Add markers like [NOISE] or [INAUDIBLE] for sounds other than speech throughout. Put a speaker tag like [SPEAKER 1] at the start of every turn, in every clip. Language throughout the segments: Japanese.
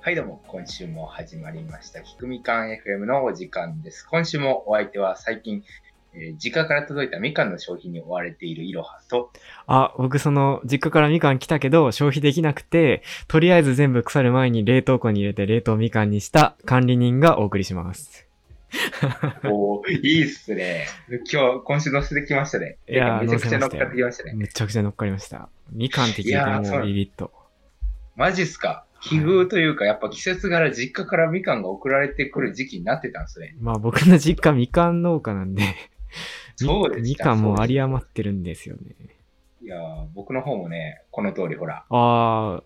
[SPEAKER 1] はいどうも、今週も始まりました。ひくみかん FM のお時間です。今週もお相手は最近、えー実家から届いたみかんの商品に追われているいろはと、
[SPEAKER 2] あ、僕その実家からみかん来たけど消費できなくて、とりあえず全部腐る前に冷凍庫に入れて冷凍みかんにした管理人がお送りします。
[SPEAKER 1] お
[SPEAKER 2] [LAUGHS]
[SPEAKER 1] ーいいっすね。今日、今週乗せてきましたね。
[SPEAKER 2] いやー
[SPEAKER 1] めちゃくちゃ乗っかってきましたね。
[SPEAKER 2] めちゃくちゃ乗っかりました。みかんって
[SPEAKER 1] い
[SPEAKER 2] 聞いて
[SPEAKER 1] やー
[SPEAKER 2] も
[SPEAKER 1] そう
[SPEAKER 2] うビビッと。
[SPEAKER 1] マジっすか奇遇というか、やっぱ季節柄実家からみかんが送られてくる時期になってたんですね。
[SPEAKER 2] まあ僕の実家みかん農家なんで、
[SPEAKER 1] そうでした
[SPEAKER 2] みかんもあり余
[SPEAKER 1] そ
[SPEAKER 2] ってるんですよね。
[SPEAKER 1] うですいやー僕の方もね、この通りほら、
[SPEAKER 2] あー、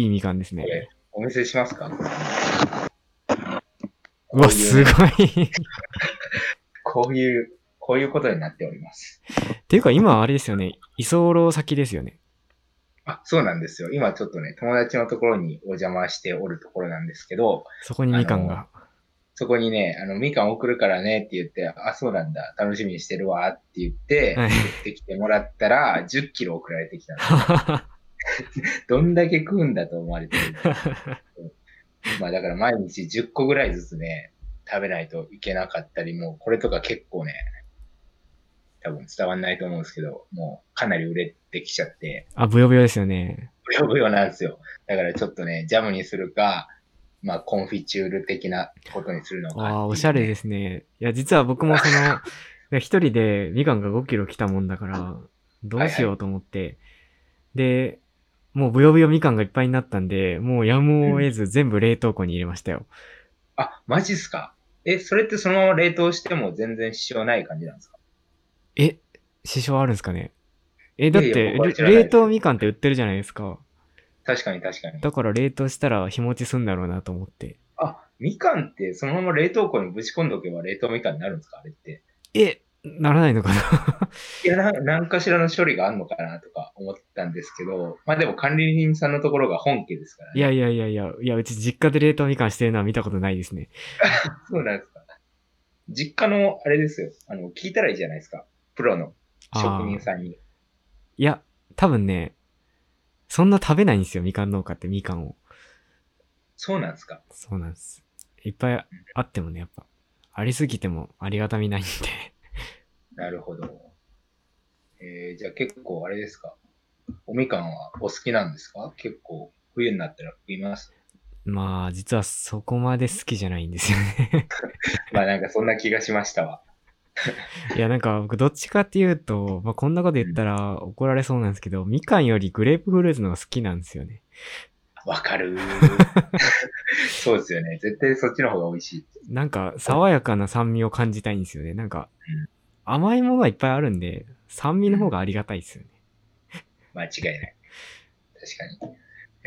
[SPEAKER 2] いいみかんです
[SPEAKER 1] これ
[SPEAKER 2] ね。
[SPEAKER 1] お見せしますか
[SPEAKER 2] うわ、すごい。 [LAUGHS]
[SPEAKER 1] こういう、こういうことになっております。
[SPEAKER 2] っていうか今あれですよね。居候先ですよね。
[SPEAKER 1] あ、そうなんですよ。今ちょっとね、友達のところにお邪魔しておるところなんですけど、
[SPEAKER 2] そこにみかんが。
[SPEAKER 1] そこにね、あの、みかん送るからねって言って、あ、そうなんだ、楽しみにしてるわって言って、
[SPEAKER 2] はい
[SPEAKER 1] 送ってきてもらったら、10キロ送られてきたの。
[SPEAKER 2] [LAUGHS]
[SPEAKER 1] どんだけ食うんだと思われてる。まあだから毎日10個ぐらいずつね、食べないといけなかったり、もうこれとか結構ね、多分伝わんないと思うんですけど、もうかなり売れてきちゃって、
[SPEAKER 2] あ、ぶよぶよですよね。
[SPEAKER 1] ブヨブヨなんですよ。だからちょっとね、ジャムにするか、まあコンフィチュール的なことにするのか。
[SPEAKER 2] ああ、おしゃれ
[SPEAKER 1] す。
[SPEAKER 2] ですね。いや、実は僕も
[SPEAKER 1] [LAUGHS]
[SPEAKER 2] その、一人でみかんが5キロ来たもんだから、どうしようと思って、で、もうぶよぶよみかんがいっぱいになったんで、もうやむを得ず全部冷凍庫に入れましたよ。
[SPEAKER 1] あ、マジっすかえ、それってそのまま冷凍しても全然支障ない感じなんですか
[SPEAKER 2] え、支障あるんですかねえ、だっ
[SPEAKER 1] いやい
[SPEAKER 2] て、
[SPEAKER 1] や僕は
[SPEAKER 2] れ
[SPEAKER 1] 知らないです
[SPEAKER 2] 冷凍みかんって売ってるじゃないですか。
[SPEAKER 1] 確かに確かに。
[SPEAKER 2] だから冷凍したら日持ちすんだろうなと思って。
[SPEAKER 1] あ、みかんってそのまま冷凍庫にぶち込んどけば冷凍みかんになるんですかあれって。
[SPEAKER 2] え、ならない [LAUGHS] のかな
[SPEAKER 1] いや、な何かしらの処理があるのかなとか思ったんですけど、まあでも管理人さんのところが本家ですからね。
[SPEAKER 2] いやいやいやいや、いや、うち実家で冷凍みかんしてるのは見たことないですね。
[SPEAKER 1] そうなんですか。実家の、あれですよ。あの、聞いたらいいじゃないですか。プロの
[SPEAKER 2] あー
[SPEAKER 1] 職人さんに。
[SPEAKER 2] いや、多分ね、そんな食べないんですよ、みかん農家ってみかんを。
[SPEAKER 1] そうなんですか。
[SPEAKER 2] そうなんです。いっぱいあってもね、やっぱ、ありすぎてもありがたみないんで。 [LAUGHS]
[SPEAKER 1] なるほど。えー、じゃあ結構あれですか。おみかんはお好きなんですか結構冬になったら食います。
[SPEAKER 2] まあ、実はそこまで好きじゃないんですよね。 [LAUGHS]
[SPEAKER 1] まあなんかそんな気がしましたわ。
[SPEAKER 2] いや、なんか僕どっちかっていうと、まあこんなこと言ったら怒られそうなんですけど、みかんよりグレープフルーツの方が好きなんですよね。
[SPEAKER 1] わか [LAUGHS] る。そうですよね。絶対そっちの方が美味しい。
[SPEAKER 2] なんか爽やかな酸味を感じたいんですよね。なんか、甘いものがいっぱいあるんで、酸味の方がありがたいですよね。
[SPEAKER 1] 間違いない。確かに。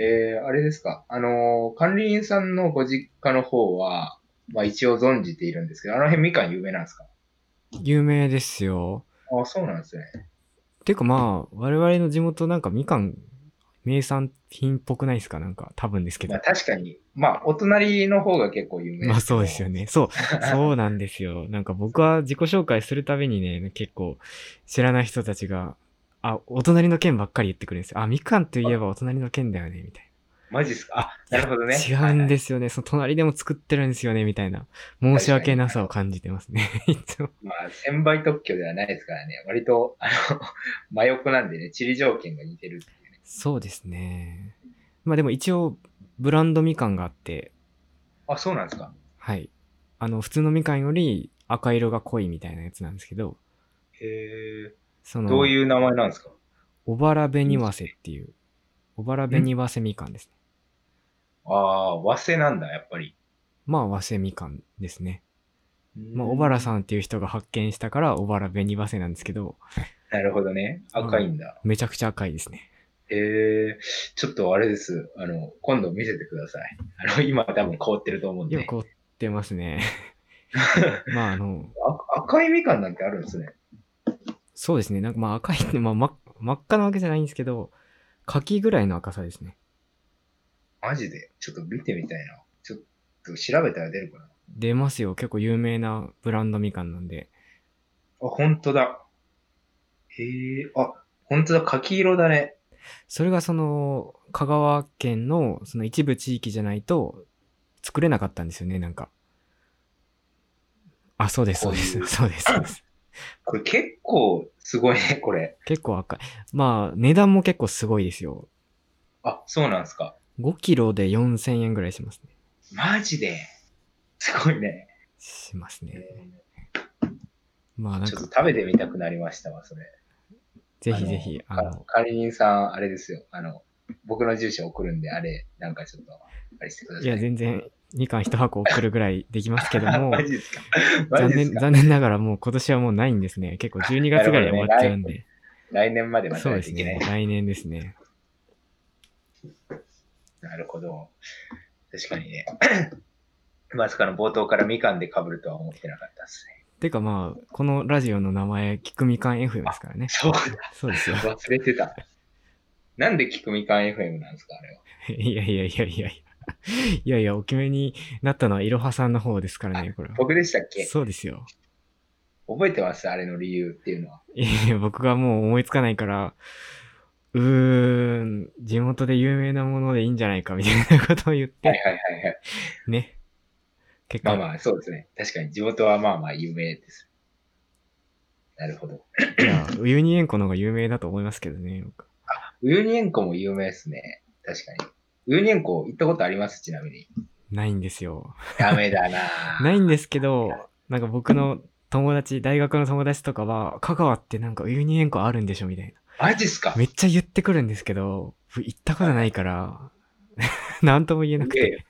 [SPEAKER 1] えー、あれですか。あのー管理員さんのご実家の方は、まあ一応存じているんですけど、あの辺みかん有名なんですか
[SPEAKER 2] 有名ですよ。
[SPEAKER 1] あそうなんですね。
[SPEAKER 2] てかまあ、我々の地元なんかみかん、名産品っぽくないですかなんか、多分ですけど
[SPEAKER 1] まあ。確かに、まあお隣の方が結構有名
[SPEAKER 2] まあそうですよ
[SPEAKER 1] ね。
[SPEAKER 2] ね。そう、そうなんですよ。なんか僕は自己紹介するたびにね、結構知らない人たちが、あ、お隣の県ばっかり言ってくるんですよ。あ、みかんといえばお隣の県だよね、みたい
[SPEAKER 1] マジっすか。あ、
[SPEAKER 2] な。
[SPEAKER 1] なるほどね。
[SPEAKER 2] 違うんですよね。その隣でも作ってるんですよね、みたいな。申し訳なさを感じてますね。 [LAUGHS] いつも。
[SPEAKER 1] まあ、先輩特許ではないですからね、割と、あの、 [LAUGHS] 真横なんでね、地理条件が似てるっていうね。
[SPEAKER 2] そうですね。まあでも一応、ブランドみかんがあって、
[SPEAKER 1] あ、そうなんですか。
[SPEAKER 2] はい。あの、普通のみかんより赤色が濃いみたいなやつなんですけど、
[SPEAKER 1] へえ。
[SPEAKER 2] その、
[SPEAKER 1] どういう名前なんですか
[SPEAKER 2] 小原紅わせっていう、小原紅わせみかんですね。
[SPEAKER 1] ああ、和製なんだ、やっぱり。
[SPEAKER 2] まあ、わせみかんですね。まあ、小
[SPEAKER 1] ら
[SPEAKER 2] 原さんっていう人が発見したから、小原紅わせなんですけど、
[SPEAKER 1] なるほどね。赤いんだ。
[SPEAKER 2] めちゃくちゃ赤いですね。
[SPEAKER 1] ええちょっとあれです。あの、今度見せてください。あの、今多分凍ってると思うんで。
[SPEAKER 2] よく売ってま
[SPEAKER 1] [LAUGHS]
[SPEAKER 2] すね。まあ、あの、
[SPEAKER 1] あ赤いみかんなんてあるんですね。
[SPEAKER 2] そうですね。なんかまあ、赤いって、まあ、ま真っ赤なわけじゃないんですけど、柿ぐらいの赤さですね。
[SPEAKER 1] マジで。ちょっと見てみたいな。ちょっと調べたら出るかな。あ、
[SPEAKER 2] 出ますよ。結構有名なブランドみかんなんで。
[SPEAKER 1] 本当だ。へえあ、本当だ。柿色だね。
[SPEAKER 2] それがその、香川県のその一部地域じゃないと作れなかったんですよね、なんか。あ、そうです、そうです
[SPEAKER 1] こうい、う
[SPEAKER 2] そうです。そうです [LAUGHS]
[SPEAKER 1] これ結構すごいね、これ。
[SPEAKER 2] 結構赤い。まあ、値段も結構すごいですよ。
[SPEAKER 1] あ、そうなんですか。
[SPEAKER 2] 5キロで4000円ぐらいしますね。
[SPEAKER 1] マジで。すごいね。
[SPEAKER 2] します
[SPEAKER 1] ちょ
[SPEAKER 2] ね。まあ、な
[SPEAKER 1] っ
[SPEAKER 2] ん
[SPEAKER 1] と
[SPEAKER 2] か、
[SPEAKER 1] 食べてみたくなりましたわ、それ。
[SPEAKER 2] ぜひぜひ、あの、
[SPEAKER 1] 管理人さん、あれですよ。あの、僕の住所送るんで、あれ、なんかちょっと、あれしてくださ
[SPEAKER 2] い
[SPEAKER 1] い。
[SPEAKER 2] や、
[SPEAKER 1] [LAUGHS]
[SPEAKER 2] 全然、みかん1箱送るぐらいできますけども、
[SPEAKER 1] マジですか。マ
[SPEAKER 2] 残
[SPEAKER 1] ジです
[SPEAKER 2] 念、
[SPEAKER 1] か。
[SPEAKER 2] 残念ながらもう今年はもうないんですね。結構12月ぐらいで終わっちゃうんで。
[SPEAKER 1] 来年まで待た
[SPEAKER 2] そう
[SPEAKER 1] ない
[SPEAKER 2] で
[SPEAKER 1] と
[SPEAKER 2] す
[SPEAKER 1] いけない。
[SPEAKER 2] ね。来年ですね。
[SPEAKER 1] なるほど。確かにね。 [CLEARS THROAT] まさかの冒頭からみかんで被るとは思ってなかったですね。
[SPEAKER 2] てかまあ、このラジオの名前、聞くみかん FM ですからね。
[SPEAKER 1] [LAUGHS] そう
[SPEAKER 2] そうですよ
[SPEAKER 1] だ。。忘れてた。なんで聞くみかん FM なんですか、あれは。
[SPEAKER 2] いやいやいやいやいや。いやいや、お決めになったのはいろはさんの方ですからね、これは。
[SPEAKER 1] 僕でしたっけ
[SPEAKER 2] そうですよ。
[SPEAKER 1] 覚えてますあれの理由っていうのは。
[SPEAKER 2] いやいや、僕がもう思いつかないから、うーん、地元で有名なものでいいんじゃないかみたいなことを
[SPEAKER 1] は
[SPEAKER 2] 言っ
[SPEAKER 1] い
[SPEAKER 2] て、
[SPEAKER 1] はいはいはい。
[SPEAKER 2] ね。結
[SPEAKER 1] ま
[SPEAKER 2] 果、
[SPEAKER 1] あまあ、そうですね。確かに地元はまあまあ有名です。なるほど。
[SPEAKER 2] いや、ウユニ塩湖の方が有名だと思いますけどね。僕
[SPEAKER 1] ウユニ塩湖も有名ですね。確かに。ウユニ塩湖行ったことありますちなみに。
[SPEAKER 2] ないんですよ。
[SPEAKER 1] ダメだ
[SPEAKER 2] [LAUGHS]
[SPEAKER 1] な
[SPEAKER 2] ないんですけど、なんか僕の友達、大学の友達とかは、香川ってなんかウユニ塩湖あるんでしょみたいな。
[SPEAKER 1] マジっすか
[SPEAKER 2] めっちゃ言ってくるんですけど、行ったことないから、 [LAUGHS] なんとも言えなく
[SPEAKER 1] で
[SPEAKER 2] て。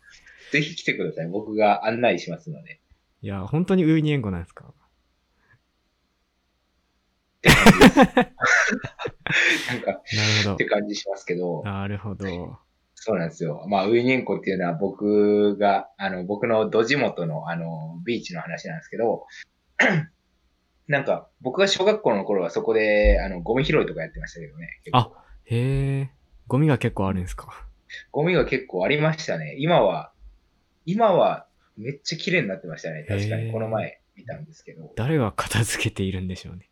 [SPEAKER 1] ぜひ来てください。僕が案内しますので。
[SPEAKER 2] いや、本当にウユニ塩湖なんですか
[SPEAKER 1] なんか、
[SPEAKER 2] なる
[SPEAKER 1] っ
[SPEAKER 2] ほ
[SPEAKER 1] て感じしますけど
[SPEAKER 2] ど。、なるほど。
[SPEAKER 1] そうなんですよ。まあ、ウユニ塩湖っていうのは僕が、あの、僕の土地元の、あの、ビーチの話なんですけど、 [CLEARS THROAT] なんか、僕が小学校の頃はそこで、あの、ゴミ拾いとかやってましたけどね。
[SPEAKER 2] あへえ、ゴミが結構あるんですか。
[SPEAKER 1] ゴミが結構ありましたね。今は、今はめっちゃ綺麗になってましたね。確か
[SPEAKER 2] へ
[SPEAKER 1] に、
[SPEAKER 2] ー
[SPEAKER 1] この前見たんですけど。
[SPEAKER 2] 誰が片付けているんでしょうね。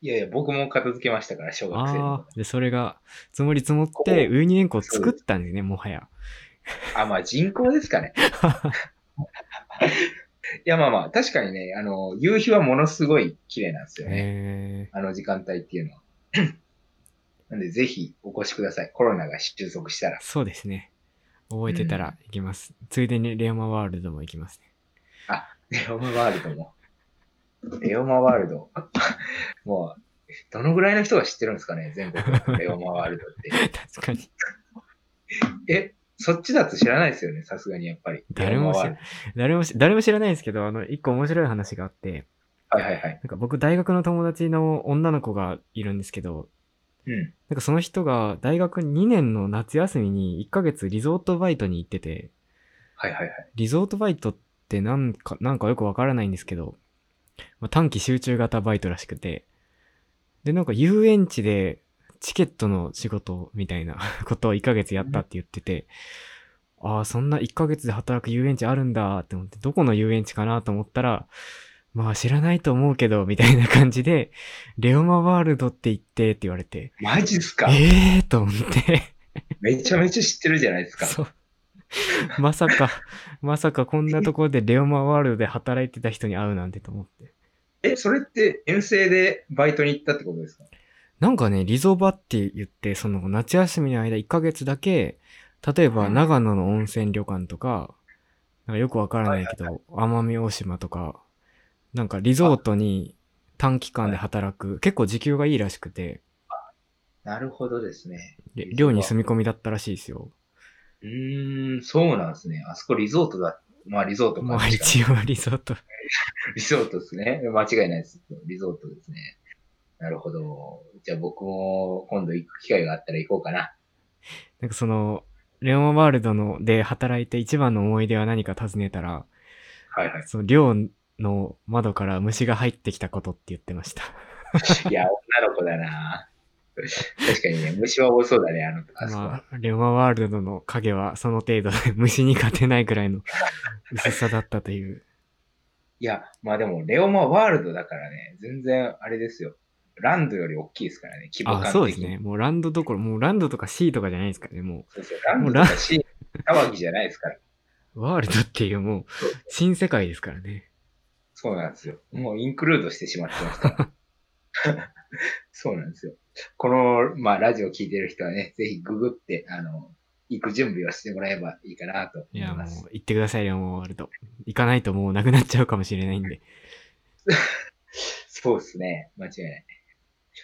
[SPEAKER 1] いやいや、僕も片付けましたから、小学生の
[SPEAKER 2] あ
[SPEAKER 1] 頃
[SPEAKER 2] あ、で、それが積もり積もっ
[SPEAKER 1] ここ
[SPEAKER 2] てウユニ塩湖を作ったんですね、もはや。
[SPEAKER 1] あ、まあ人口です
[SPEAKER 2] [LAUGHS]
[SPEAKER 1] かね。いや、まあまあ、確かにね、あの、夕日はものすごい綺麗なんですよね。
[SPEAKER 2] へえ、
[SPEAKER 1] あの時間帯っていうのは。 [CLEARS THROAT] なんで、ぜひお越しください。コロナが収束したら。
[SPEAKER 2] そうですね。覚えてたら行きます。ついでにレオマワールドも行きますね。 [LAUGHS]
[SPEAKER 1] レオマワールドも。レオマワールド。 [LAUGHS] もう、どのぐらいの人が知ってるんですかね、全国のレオマワールドっ
[SPEAKER 2] 確かに。
[SPEAKER 1] て。え、そっちだと知らないですよね、さすがにやっぱり。
[SPEAKER 2] 誰も知ら
[SPEAKER 1] レオマワール
[SPEAKER 2] 誰もし、誰も知らないんですけど、あの、一個面白い話があって、
[SPEAKER 1] ドはいはいはい。
[SPEAKER 2] なんか僕大学の友達の女の子がいるんですけど、
[SPEAKER 1] うん。
[SPEAKER 2] なんかその人が大学2年の夏休みに1ヶ月リゾートバイトに行ってて、
[SPEAKER 1] はいはいはい。
[SPEAKER 2] リゾートバイトってなんか、なんかよくわからないんですけど、まあ、短期集中型バイトらしくて、で、なんか遊園地でチケットの仕事みたいな [LAUGHS] ことを1ヶ月やったって言ってて、ああ、そんな1ヶ月で働く遊園地あるんだって思って、どこの遊園地かなと思ったら、まあ知らないと思うけど、みたいな感じで、レオマワールドって言ってって言われて、
[SPEAKER 1] マジっすか
[SPEAKER 2] ええー、と思って、
[SPEAKER 1] めちゃめちゃ知ってるじゃないですか。
[SPEAKER 2] そう。まさか、まさかこんなところでレオマワールドで働いてた人に会うなんてと思って。
[SPEAKER 1] え、それって遠征でバイトに行ったってことですか
[SPEAKER 2] なんかね、リゾバって言って、その夏休みの間1ヶ月だけ、例えば
[SPEAKER 1] うん
[SPEAKER 2] 長野の温泉旅館とか、なんかよくわからないけど、奄美大島とか、なんかリゾートに短期間で働く、結構時給がいいらしくて、
[SPEAKER 1] なるほどですね。
[SPEAKER 2] で寮に住み込みだったらしいですよ。
[SPEAKER 1] うーん、そうなんですね。あそこリゾートだ。まあリゾート
[SPEAKER 2] ま
[SPEAKER 1] か。
[SPEAKER 2] あ
[SPEAKER 1] 確かに
[SPEAKER 2] 一応リゾート。
[SPEAKER 1] [LAUGHS] リゾートですね。間違いないです。リゾートですね。なるほど。じゃあ僕も今度行く機会があったら行こうかな。
[SPEAKER 2] なんかその、レオマワールドので働いて一番の思い出は何か尋ねたら、
[SPEAKER 1] はいはい。
[SPEAKER 2] その寮の窓から虫が入ってきたことって言ってました。
[SPEAKER 1] [LAUGHS] いや、女の子だな。確かにね、虫は多そうだね、あの、あそこは。
[SPEAKER 2] まあ、レオマワールドの影はその程度で虫に勝てないくらいの薄さだった
[SPEAKER 1] [LAUGHS]
[SPEAKER 2] という。
[SPEAKER 1] いや、まあでも、レオマワールドだからね、全然あれですよ。ランドより大きいですからね、規模感的
[SPEAKER 2] あ、
[SPEAKER 1] に
[SPEAKER 2] そうですね。。もうランドどころ、もうランドとかシーとかじゃないですからね、も
[SPEAKER 1] そうですよラン
[SPEAKER 2] も
[SPEAKER 1] ド
[SPEAKER 2] う
[SPEAKER 1] と
[SPEAKER 2] ラン
[SPEAKER 1] かし、騒ぎじゃないですから。
[SPEAKER 2] う。ワールドっていうもう、新世界ですからね。
[SPEAKER 1] そうなんですよ。もうインクルードしてしまってますから。
[SPEAKER 2] [LAUGHS]
[SPEAKER 1] そうなんですよ。この、まあ、ラジオ聞いてる人はね、ぜひググって、あの、行く準備をしてもらえばいいかなと思
[SPEAKER 2] いや、
[SPEAKER 1] い
[SPEAKER 2] もう
[SPEAKER 1] ます。、
[SPEAKER 2] 行ってくださいよ、もう、ワールド。行かないともうなくなっちゃうかもしれないんで。
[SPEAKER 1] そうですね。間違いない。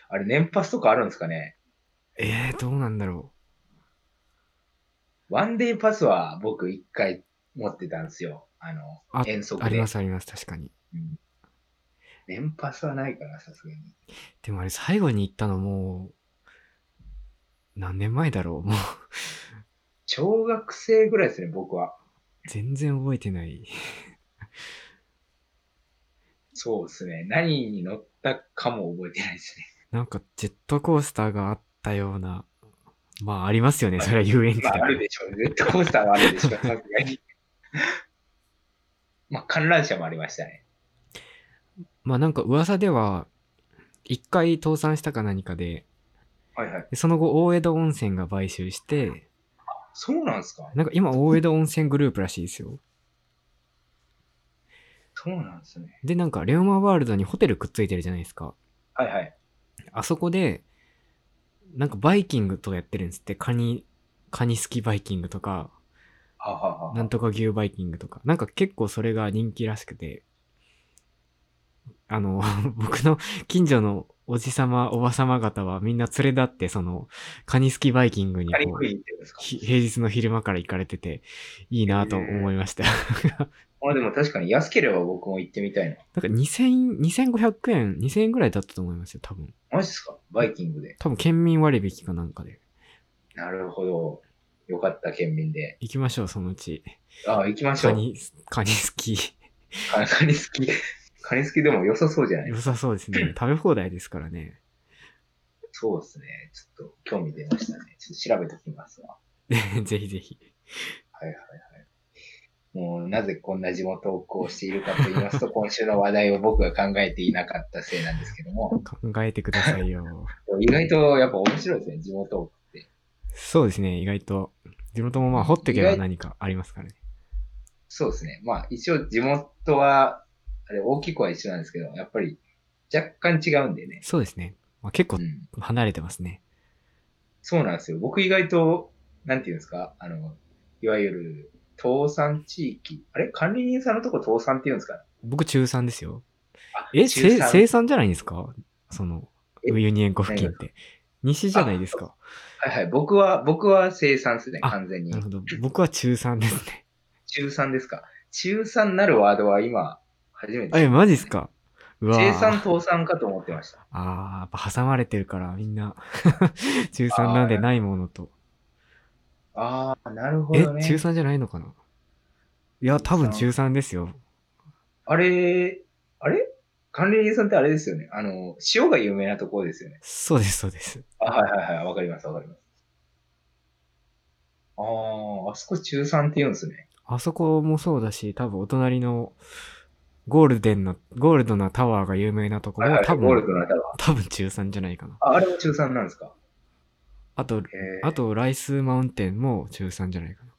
[SPEAKER 1] あれ、年パスとかあるんですかね
[SPEAKER 2] えー、どうなんだろ
[SPEAKER 1] ワンデーパスは僕一回持ってたんですよ。あの
[SPEAKER 2] あ、
[SPEAKER 1] 遠
[SPEAKER 2] う。
[SPEAKER 1] 足
[SPEAKER 2] あり
[SPEAKER 1] で
[SPEAKER 2] ま。す、あります、確かに。
[SPEAKER 1] 年パスはないかな、さすがに。
[SPEAKER 2] でもあれ、最後に行ったのもう、何年前だろう [LAUGHS] もう、
[SPEAKER 1] 小学生ぐらいですね、僕は。
[SPEAKER 2] 全然覚えてない。
[SPEAKER 1] そうですね。何に乗ったかも覚えてないですね。
[SPEAKER 2] なんか、ジェットコースターがあったような、まあ、ありますよね、それは遊園地だ
[SPEAKER 1] ま
[SPEAKER 2] か
[SPEAKER 1] あ、ある
[SPEAKER 2] ら。
[SPEAKER 1] でしょう。ジェット [LAUGHS] コースターはあるでしょう。さすがに。 [LAUGHS] まあ、観覧車もありましたね。
[SPEAKER 2] まあ、なんか、噂では、一回倒産したか何かで、
[SPEAKER 1] はいはい。
[SPEAKER 2] でその後、大江戸温泉が買収して、
[SPEAKER 1] そうなんですか
[SPEAKER 2] なんか今、大江戸温泉グループらしいですよ。
[SPEAKER 1] そうなんですね。
[SPEAKER 2] で、なんか、レオマワールドにホテルくっついてるじゃないですか。
[SPEAKER 1] はいはい。
[SPEAKER 2] あそこで、なんかバイキングとかやってるんですって、カニ、カニすきバイキングとか、
[SPEAKER 1] はあはあは
[SPEAKER 2] なんとか牛バイキングとか、なんか結構それが人気らしくて、あの、 [LAUGHS] 僕の近所のおじさま、おばさま方はみんな連れ立って、その、カニすきバイキングに
[SPEAKER 1] あ。カニ
[SPEAKER 2] こ
[SPEAKER 1] 食
[SPEAKER 2] う
[SPEAKER 1] いに行ってるんですか
[SPEAKER 2] ひ平日の昼間から行かれてて、いいなと思いました。
[SPEAKER 1] まあでも確かに安ければ僕も行ってみたいな。
[SPEAKER 2] [LAUGHS] なんか2000、2500円、2000円ぐらいだったと思いますよ、多分。
[SPEAKER 1] マジですかバイキングで。
[SPEAKER 2] 多分県民割引かなんかで。
[SPEAKER 1] なるほど。よかった、県民で。
[SPEAKER 2] 行きましょう、そのうち。
[SPEAKER 1] ああ、行きましょ
[SPEAKER 2] カ
[SPEAKER 1] う。
[SPEAKER 2] ニ、カニ好き。
[SPEAKER 1] カカニ好き。カニ好きでも良さそうじゃない
[SPEAKER 2] 良さそうですね。食べ放題ですからね。 [LAUGHS]
[SPEAKER 1] そうですね。ちょっと興味出ましたね。ちょっと調べときますわ。
[SPEAKER 2] ぜひぜひ。
[SPEAKER 1] はいはいはい。もうなぜこんな地元をこうしているかと言いますと、今週の話題を僕が考えていなかったせいなんですけども、
[SPEAKER 2] 考えてくださいよ。
[SPEAKER 1] 意外とやっぱ面白いですね、地元を。
[SPEAKER 2] そうですね、意外と。地元もまあ、掘ってけば何かありますからね。
[SPEAKER 1] そうですね。まあ一応地元は、あれ大きくは一緒なんですけど、やっぱり若干違うんでね。
[SPEAKER 2] そうですね。まあ、結
[SPEAKER 1] う
[SPEAKER 2] 構
[SPEAKER 1] ん。
[SPEAKER 2] 離れてますね。
[SPEAKER 1] そうなんですよ。僕意外と、なんていうんですか、あの、いわゆる、倒産地域。あれ管理人さんのとこ倒産って言うんですか
[SPEAKER 2] 僕、中3ですよ。
[SPEAKER 1] あ
[SPEAKER 2] え、
[SPEAKER 1] 中
[SPEAKER 2] せ
[SPEAKER 1] 三
[SPEAKER 2] 生産じゃないんですかその、
[SPEAKER 1] え
[SPEAKER 2] ユニエンコ付近って。西じゃないですか。
[SPEAKER 1] はいはい。僕は、僕は生産ですね、
[SPEAKER 2] あ
[SPEAKER 1] 完全に
[SPEAKER 2] なる。ほど。僕は中3ですね。 [LAUGHS]
[SPEAKER 1] 中3ですか。中3なるワードは今、初めて知った。
[SPEAKER 2] え、マジっすかうわ
[SPEAKER 1] 生産
[SPEAKER 2] ぁ。
[SPEAKER 1] 倒産かと思ってました。
[SPEAKER 2] あー、やっぱ挟まれてるから、み
[SPEAKER 1] [LAUGHS]
[SPEAKER 2] んな。中3なんでないものと。
[SPEAKER 1] ああ、なるほ
[SPEAKER 2] え、
[SPEAKER 1] ど
[SPEAKER 2] 中
[SPEAKER 1] ね。
[SPEAKER 2] 3じゃないのかないや、多分中
[SPEAKER 1] 中
[SPEAKER 2] 3ですよ。
[SPEAKER 1] あれ、あれ管理人さんってあれですよね。あの、塩が有名なところですよね。
[SPEAKER 2] そうです、そうです。
[SPEAKER 1] あ、はいはいはい。わかります、わかります。ああ、あそこ中3って言うんですね。
[SPEAKER 2] あそこもそうだし、多分お隣のゴールデンの、ゴールドなタワーが有名なとこ
[SPEAKER 1] はい
[SPEAKER 2] ろも
[SPEAKER 1] はい、
[SPEAKER 2] 多
[SPEAKER 1] ゴール
[SPEAKER 2] 分、
[SPEAKER 1] ドのタワー。
[SPEAKER 2] 多分中3じゃないかな。
[SPEAKER 1] ああれも中3なんですか
[SPEAKER 2] あと、
[SPEAKER 1] へえ
[SPEAKER 2] あとライスマウンテンも中3じゃないかな。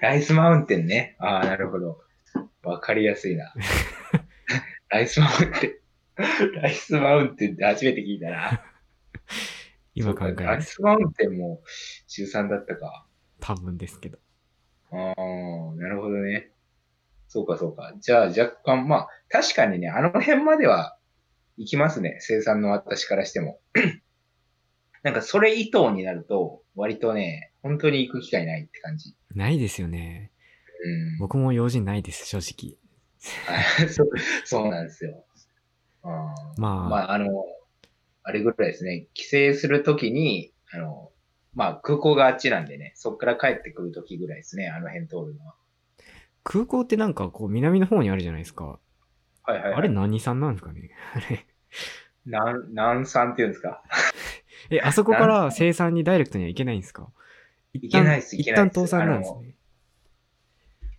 [SPEAKER 1] ライスマウンテンね。ああ、なるほど。わかりやすい
[SPEAKER 2] [LAUGHS]
[SPEAKER 1] な。ライスマウンテン。ライスマウンテンって初めて聞いたな。
[SPEAKER 2] 今考え
[SPEAKER 1] そうかラ
[SPEAKER 2] ま
[SPEAKER 1] イ
[SPEAKER 2] す。
[SPEAKER 1] スマウンテンも中3だったか。
[SPEAKER 2] 多分ですけど。
[SPEAKER 1] ああ、なるほどね。そうかそうか。じゃあ若干、まあ、確かにね、あの辺までは行きますね。生産の私からして
[SPEAKER 2] [CLEARS THROAT]
[SPEAKER 1] も。なんかそれ以降になると、割とね、本当に行く機会ないって感じ。
[SPEAKER 2] ないですよね。
[SPEAKER 1] うん。
[SPEAKER 2] 僕も用事ないです、正直。
[SPEAKER 1] あ [LAUGHS] そうそうなんですよ。あー
[SPEAKER 2] まあ、
[SPEAKER 1] まあ、あの、あれぐらいですね。帰省するときに、あの、まあ、空港があっちなんでね、そっから帰ってくるときぐらいですね、あの辺通るのは。
[SPEAKER 2] 空港ってなんかこう南の方にあるじゃないですか。
[SPEAKER 1] はいはい、はい。
[SPEAKER 2] あれ何さんなんですかね。あれ。
[SPEAKER 1] なん、なんさんっていうんですか。
[SPEAKER 2] え、あそこから生産にダイレクトには行けないんですか
[SPEAKER 1] いけないです
[SPEAKER 2] 一
[SPEAKER 1] いけな
[SPEAKER 2] 旦
[SPEAKER 1] いです
[SPEAKER 2] 倒産なんですね。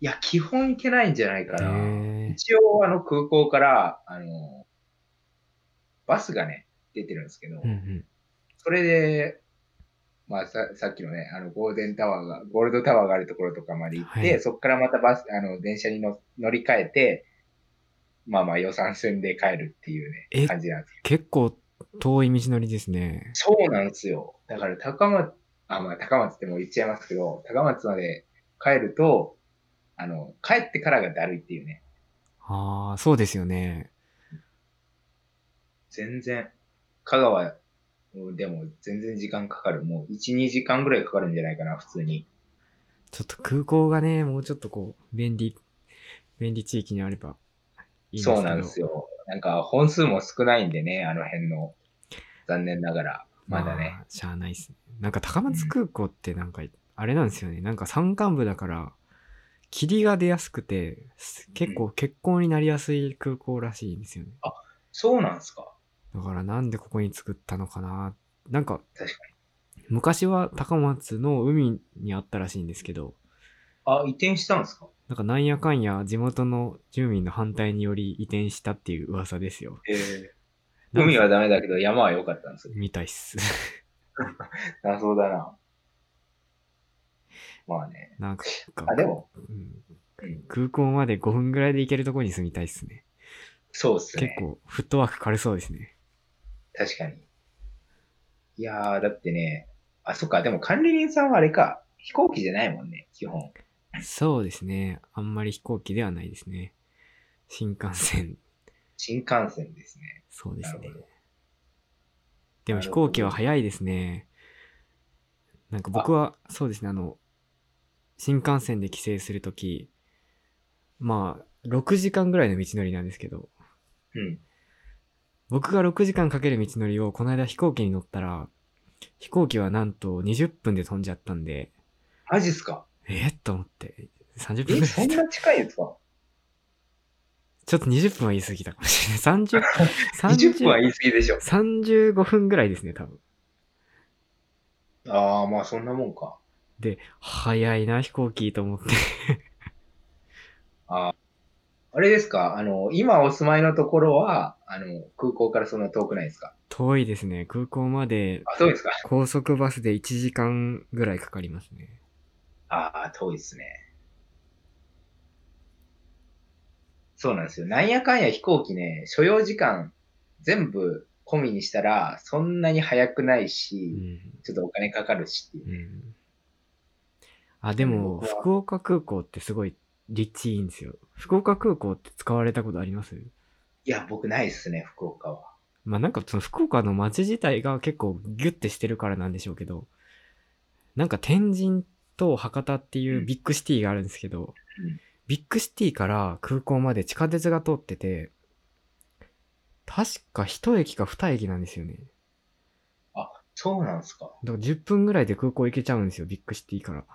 [SPEAKER 1] いや、基本行けないんじゃないか
[SPEAKER 2] へ
[SPEAKER 1] な。
[SPEAKER 2] え
[SPEAKER 1] 一応、あの、空港から、あの、バスがね、出てるんですけど、
[SPEAKER 2] うんうん。
[SPEAKER 1] それで、まあさ、さっきのね、あの、ゴールデンタワーが、ゴールドタワーがあるところとかまで行って、
[SPEAKER 2] はい
[SPEAKER 1] そこからまたバス、あの、電車にの乗り換えて、まあまあ予算線で帰るっていう
[SPEAKER 2] え
[SPEAKER 1] ね、感じなんですよ。
[SPEAKER 2] 結構遠い道のりですね。
[SPEAKER 1] そうなんですよ。だから高松、あ、まあ高松ってもう言っちゃいますけど、高松まで帰ると、あの、帰ってからがだるいっていうね。
[SPEAKER 2] ああ、そうですよね。
[SPEAKER 1] 全然、香川でも全然時間かかる。もう1、2時間ぐらいかかるんじゃないかな、普通に。
[SPEAKER 2] ちょっと空港がね、もうちょっとこう、便利、便利地域にあればいいんですけど。
[SPEAKER 1] そうなんですよ。なんか本数も少ないんでね、あの辺の。残念ながら、まだね。
[SPEAKER 2] あ。しゃあないっすね。なんか高松空港ってなんか、あれなんですよね。なんか山間部だから、霧が出やすくて、す結構欠航になりやすい空港らしいんですよね。
[SPEAKER 1] そうなんすか。
[SPEAKER 2] だからなんでここに作ったのかな。なんか
[SPEAKER 1] 確か、
[SPEAKER 2] 昔は高松の海にあったらしいんですけど、
[SPEAKER 1] あ、移転したんすか
[SPEAKER 2] なんかなんやかんや地元の住民の反対により移転したっていう噂ですよ。
[SPEAKER 1] ええ海はダメだけど山は良かったんですよ。
[SPEAKER 2] みたいっす。 [LAUGHS]
[SPEAKER 1] 謎だな。まあね。
[SPEAKER 2] なんか、
[SPEAKER 1] あ、でも、
[SPEAKER 2] うん
[SPEAKER 1] うん
[SPEAKER 2] 空港まで5分ぐらいで行けるところに住みたいっすね。
[SPEAKER 1] そうっす
[SPEAKER 2] 結
[SPEAKER 1] ね。
[SPEAKER 2] 構、フットワーク軽そうですね。
[SPEAKER 1] 確かに。いやー、だってね、あ、そっか、でも管理人さんはあれか、飛行機じゃないもんね、基本。
[SPEAKER 2] そうですね。あんまり飛行機ではないですね。新幹線、
[SPEAKER 1] 新幹線ですね。
[SPEAKER 2] そうです
[SPEAKER 1] な
[SPEAKER 2] ね
[SPEAKER 1] るほど。
[SPEAKER 2] でも飛行機は早いですね。なんか僕は、そうですね、あの、新幹線で帰省するとき、まあ、6時間ぐらいの道のりなんですけど、
[SPEAKER 1] うん。
[SPEAKER 2] 僕が6時間かける道のりをこの間飛行機に乗ったら、飛行機はなんと20分で飛んじゃったんで、
[SPEAKER 1] マジっすか
[SPEAKER 2] えっと思って、30分ぐらい
[SPEAKER 1] え、そん
[SPEAKER 2] した。
[SPEAKER 1] な近いんですか
[SPEAKER 2] [LAUGHS] ちょっと20分は言い過ぎたかもしれない。30
[SPEAKER 1] [LAUGHS] ?20 分は
[SPEAKER 2] 30
[SPEAKER 1] 言い過ぎでしょ。
[SPEAKER 2] 35分ぐらいですね、多分。
[SPEAKER 1] ああ、まあそんなもんか。
[SPEAKER 2] で、早いな、飛行機と思って。 [LAUGHS]
[SPEAKER 1] あれですかあの、今お住まいのところは、あの、空港からそんな遠くないですか
[SPEAKER 2] 遠いですね。空港まで
[SPEAKER 1] あ、遠いですか
[SPEAKER 2] 高速バスで1時間ぐらいかかりますね。
[SPEAKER 1] ああ、遠いですね。そうなんですよ。なんやかんや飛行機ね、所要時間全部込みにしたら、そんなに早くないうし、
[SPEAKER 2] ん。
[SPEAKER 1] ちょっとお金かかるしっていう
[SPEAKER 2] う
[SPEAKER 1] ね。
[SPEAKER 2] ん。あ、でも、
[SPEAKER 1] 僕は
[SPEAKER 2] 福岡空港ってすごい立地いいんですよ。福岡空港って使われたことあります
[SPEAKER 1] いや、僕ないっすね、福岡は。
[SPEAKER 2] まあなんかその福岡の街自体が結構ギュッてしてるからなんでしょうけど、なんか天神と博多っていうビッグシティがあるんですけど、
[SPEAKER 1] うん
[SPEAKER 2] ビッグシティから空港まで地下鉄が通ってて、確か一駅か二駅なんですよね。
[SPEAKER 1] そうなんすか。
[SPEAKER 2] だから10分ぐらいで空港行けちゃうんですよ、ビッグシティから。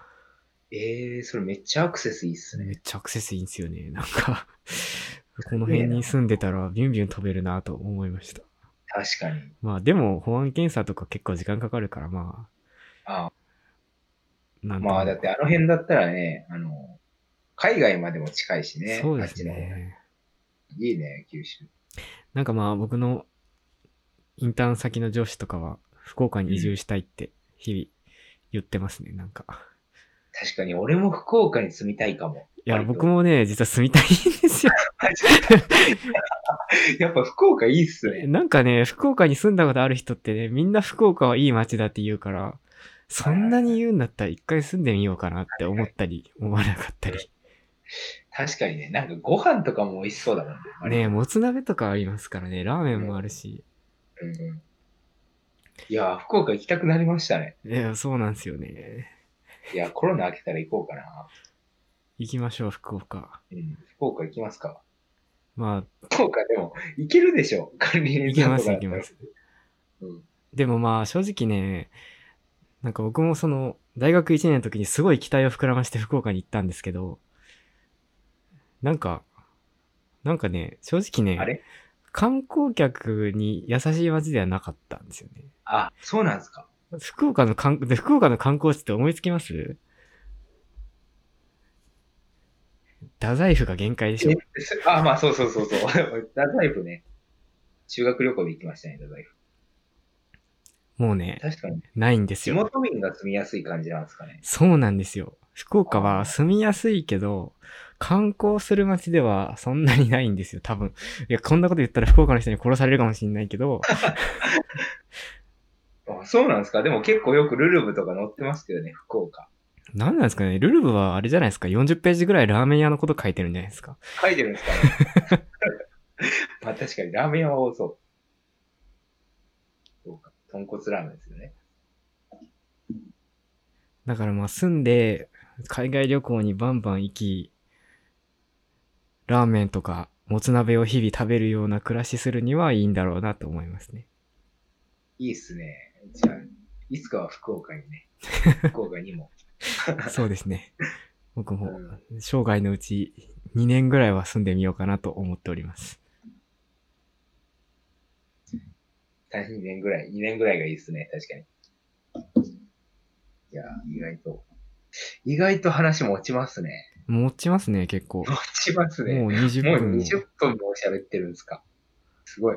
[SPEAKER 1] ええー、それめっちゃアクセスいいっす
[SPEAKER 2] めっ
[SPEAKER 1] ね。
[SPEAKER 2] ちゃアクセスいいんですよね。なんか、この辺に住んでたらビュンビュン飛べるなと思いました。
[SPEAKER 1] 確かに。
[SPEAKER 2] まあでも保安検査とか結構時間かかるからま
[SPEAKER 1] ああ
[SPEAKER 2] あ、なんとも
[SPEAKER 1] まあ、だってあの辺だったらね、あの、海外までも近いしね。
[SPEAKER 2] そうです
[SPEAKER 1] あっちの方が
[SPEAKER 2] ね。
[SPEAKER 1] いいね、九州。
[SPEAKER 2] なんかまあ僕のインターン先の上司とかは福岡に移住したいって日々言ってますね、なんか。
[SPEAKER 1] 確かに、俺も福岡に住みたいか
[SPEAKER 2] [LAUGHS]
[SPEAKER 1] も。
[SPEAKER 2] いや、
[SPEAKER 1] 割と
[SPEAKER 2] 僕もね、実は住みたいんですよ。
[SPEAKER 1] やっぱ福岡いいっすね。
[SPEAKER 2] なんかね、福岡に住んだことある人ってね、みんな福岡はいい街だって言うから、そんなに言うんだったら一回住んでみようかなって思ったり、思わなかったり。
[SPEAKER 1] 確かにね、なんかご飯とかも美味しそうだもんねあれ。
[SPEAKER 2] ねもつ鍋とかありますからね、ラーメンもあるし。
[SPEAKER 1] うんうんいやー、福岡行きたくなりましたね。
[SPEAKER 2] いや、そうなんですよね。
[SPEAKER 1] いや、コロナ明けたら行こうかな。
[SPEAKER 2] 行きましょう、福岡。
[SPEAKER 1] うん、福岡行きますか。
[SPEAKER 2] まあ、
[SPEAKER 1] 福岡でも、行けるでしょ。管理人
[SPEAKER 2] 行け
[SPEAKER 1] さん
[SPEAKER 2] ま
[SPEAKER 1] と
[SPEAKER 2] す、
[SPEAKER 1] かだ
[SPEAKER 2] 行
[SPEAKER 1] った
[SPEAKER 2] け
[SPEAKER 1] ら
[SPEAKER 2] ます。
[SPEAKER 1] うん。
[SPEAKER 2] でもまあ正直ね、なんか僕もその大学1年の時にすごい期待を膨らまして福岡に行ったんですけど、なんか、なんかね、正直
[SPEAKER 1] あ
[SPEAKER 2] ね、
[SPEAKER 1] れ
[SPEAKER 2] 観光客に優しい街ではなかったんですよね。
[SPEAKER 1] あ、そうなんですか。
[SPEAKER 2] 福岡の観、で福岡の観光地って思いつきます太宰府が限界でしょ。
[SPEAKER 1] えすあ、まあ、そうそうそうそう。 [LAUGHS] 太宰府ね。修学旅行で行きましたね、太宰府。
[SPEAKER 2] もうね、
[SPEAKER 1] 確かに。
[SPEAKER 2] ないんです
[SPEAKER 1] 地
[SPEAKER 2] よ。
[SPEAKER 1] 元民が住みやすい感じなんですかね。
[SPEAKER 2] そうなんですよ。福岡は住みやすいけど、観光する街ではそんなにないんですよ、多分。いや、こんなこと言ったら福岡の人に殺されるかもしんないけど、
[SPEAKER 1] あそうなんですか。でも結構よくルルブとか載ってますけどね、福岡。
[SPEAKER 2] なんなんですかね、ルルブはあれじゃないですか、40ページぐらいラーメン屋のこと書いてるんじゃないですか。
[SPEAKER 1] 書いてるんですかね。まあ確かにラーメンは多そう。そうか。豚骨ラーメンですよね。
[SPEAKER 2] だからまあ住んで、海外旅行にバンバン行き、ラーメンとか、もつ鍋を日々食べるような暮らしするにはいいんだろうなと思いますね。
[SPEAKER 1] いいっすね。じゃあ、いつかは福岡にね。福岡にも。
[SPEAKER 2] そうですね。僕
[SPEAKER 1] う
[SPEAKER 2] も
[SPEAKER 1] ん
[SPEAKER 2] 生涯のうち2年ぐらいは住んでみようかなと思っております。
[SPEAKER 1] 2年ぐらい、2年ぐらいがいいっすね。確かに。いや、意外と。意外と話持ちますね。
[SPEAKER 2] 持ちますね、結構。も
[SPEAKER 1] 持ちます
[SPEAKER 2] う
[SPEAKER 1] ね。も
[SPEAKER 2] 20
[SPEAKER 1] う
[SPEAKER 2] 分も。
[SPEAKER 1] 20分も喋ってるんですか。すごい。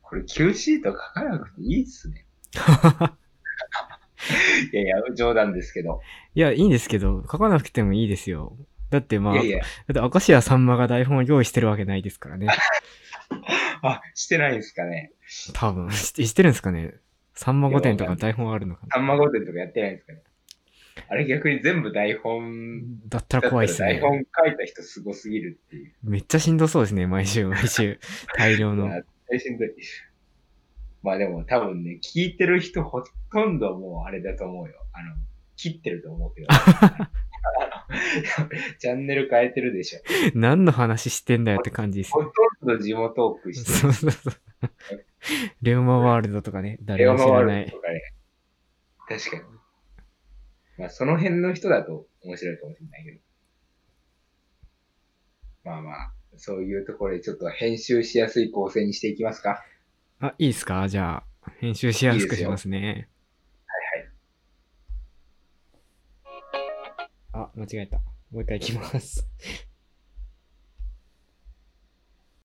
[SPEAKER 1] これ QC とか書かなくていいっす
[SPEAKER 2] [LAUGHS]
[SPEAKER 1] ね。いやいや、冗談ですけど。
[SPEAKER 2] いや、いいんですけど、書かなくてもいいですよ。だってまあ、
[SPEAKER 1] いやいや、
[SPEAKER 2] だって明石家さんまが台本を用意してるわけないです
[SPEAKER 1] [LAUGHS]
[SPEAKER 2] からね。
[SPEAKER 1] あ、してないですかね。
[SPEAKER 2] 多分、ししてるんですかね。さんま御殿とか台本あるのかな
[SPEAKER 1] あんま御殿とかやってないですかね。あれ逆に全部台本、
[SPEAKER 2] だったら怖いです
[SPEAKER 1] 台
[SPEAKER 2] ね。
[SPEAKER 1] 本書いた人すごすぎるっていう。
[SPEAKER 2] めっちゃしんどそうですね、毎週毎週。
[SPEAKER 1] [LAUGHS]
[SPEAKER 2] 大量の
[SPEAKER 1] い。や大しんどい。まあでも多分ね、聞いてる人ほとんどもうあれだと思うよ。あの、切ってると思うけど。 [LAUGHS] あのチャンネル変えてるでしょ。
[SPEAKER 2] 何の話してんだよって感じです
[SPEAKER 1] ほ。とんど地元トークして
[SPEAKER 2] そ
[SPEAKER 1] る
[SPEAKER 2] うそうそう。レオマワールドとかね、誰
[SPEAKER 1] レオ
[SPEAKER 2] も知
[SPEAKER 1] マ
[SPEAKER 2] ら
[SPEAKER 1] ワ
[SPEAKER 2] な
[SPEAKER 1] ール
[SPEAKER 2] い
[SPEAKER 1] ド。とかね。確かに。まあその辺の人だと面白いかもしれないけど。まあまあ、そういうところでちょっと編集しやすい構成にしていきますか。
[SPEAKER 2] あ、いいですかじゃあ、編集しやすくしますね。あ、間違えた。もう一回いきます。